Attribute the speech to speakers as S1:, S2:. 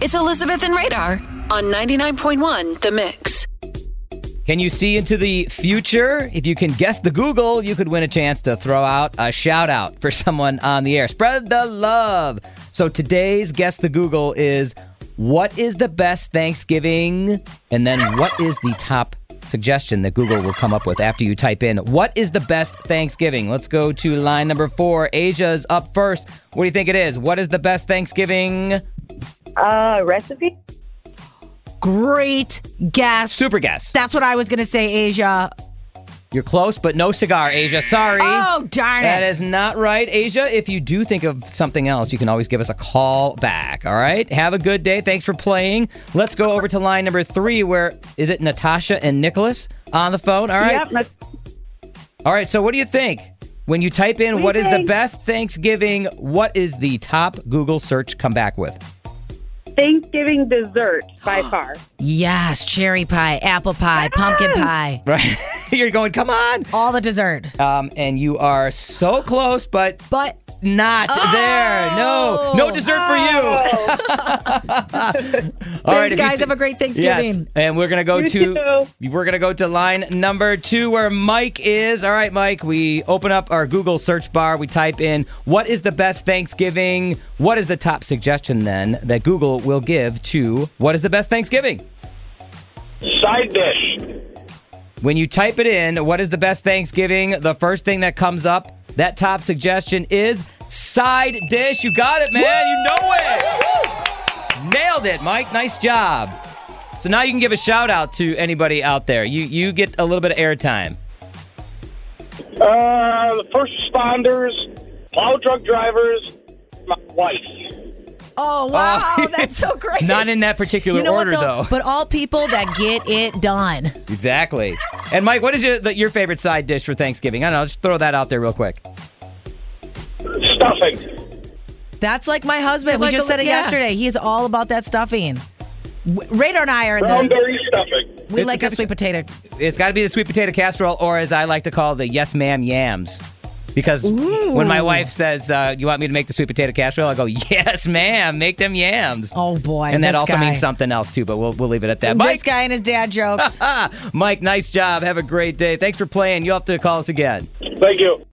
S1: It's Elizabeth and Radar on 99.1 The Mix.
S2: Can you see into the future? If you can guess the Google, you could win a chance to throw out a shout out for someone on the air. Spread the love. So today's guess the Google is what is the best Thanksgiving? And then what is the top suggestion that Google will come up with after you type in what is the best Thanksgiving? Let's go to line number 4. Asia's up first. What do you think it is? What is the best Thanksgiving?
S3: Uh, recipe?
S4: Great guess.
S2: Super guess.
S4: That's what I was going to say, Asia.
S2: You're close, but no cigar, Asia. Sorry.
S4: Oh, darn it.
S2: That is not right, Asia. If you do think of something else, you can always give us a call back. All right. Have a good day. Thanks for playing. Let's go over to line number three. Where is it? Natasha and Nicholas on the phone. All right.
S3: Yep. that's-
S2: All right. So, what do you think when you type in
S3: do
S2: what
S3: you
S2: is the
S3: think?
S2: best Thanksgiving? What is the top Google search come back with?
S3: Thanksgiving dessert by far.
S4: Yes, cherry pie, apple pie, pumpkin pie,
S2: Right. You're going. Come on.
S4: all the dessert.
S2: Um, and you are so close, but
S4: But Oh,
S2: not there. No, no dessert for you.
S3: Oh.
S2: All right, if
S4: thanks,
S2: you
S4: guys.
S2: thi-
S4: have a great Thanksgiving.
S2: Yes, and we're gonna go
S3: You
S2: to
S3: too.
S2: we're gonna go to line number two where Mike is. All right, Mike. We open up our Google search bar. We type in what is the best Thanksgiving. What is the top suggestion then that Google will give to what is the best Thanksgiving?
S5: Side dish.
S2: When you type it in, what is the best Thanksgiving? The first thing that comes up, that top suggestion is side dish. You got it, man. You know it. Nailed it, Mike. Nice job. So now you can give a shout out to anybody out there. You you get a little bit of airtime.
S5: Uh, the first responders, plow truck drivers, my wife.
S4: Oh wow, that's so great.
S2: Not in that particular
S4: you know
S2: order
S4: what though?
S2: though.
S4: But all people that get it done.
S2: Exactly. And Mike, what is your the, your favorite side dish for Thanksgiving? I don't know. Just throw that out there real quick.
S5: Stuffing.
S4: That's like my husband. we
S2: like
S4: just
S2: a-
S4: said it
S2: yeah.
S4: yesterday. He is all about that stuffing. W- Radar and I are in
S5: Brown
S4: this.
S5: berry stuffing.
S4: We
S2: It's
S4: like
S2: a
S4: a
S2: good-
S4: sweet potato.
S2: it's got to be the sweet potato casserole, or as I like to call the yes ma'am yams. Because when my wife says, uh, "You want me to make the sweet potato casserole?" I go, "Yes, ma'am, make them yams."
S4: Oh boy,
S2: and that
S4: this
S2: also
S4: guy.
S2: means something else too. But we'll we'll leave it at that.
S4: This
S2: Mike,
S4: guy and his dad jokes.
S2: ah, Mike, nice job. Have a great day. Thanks for playing. You'll have to call us again.
S5: Thank you.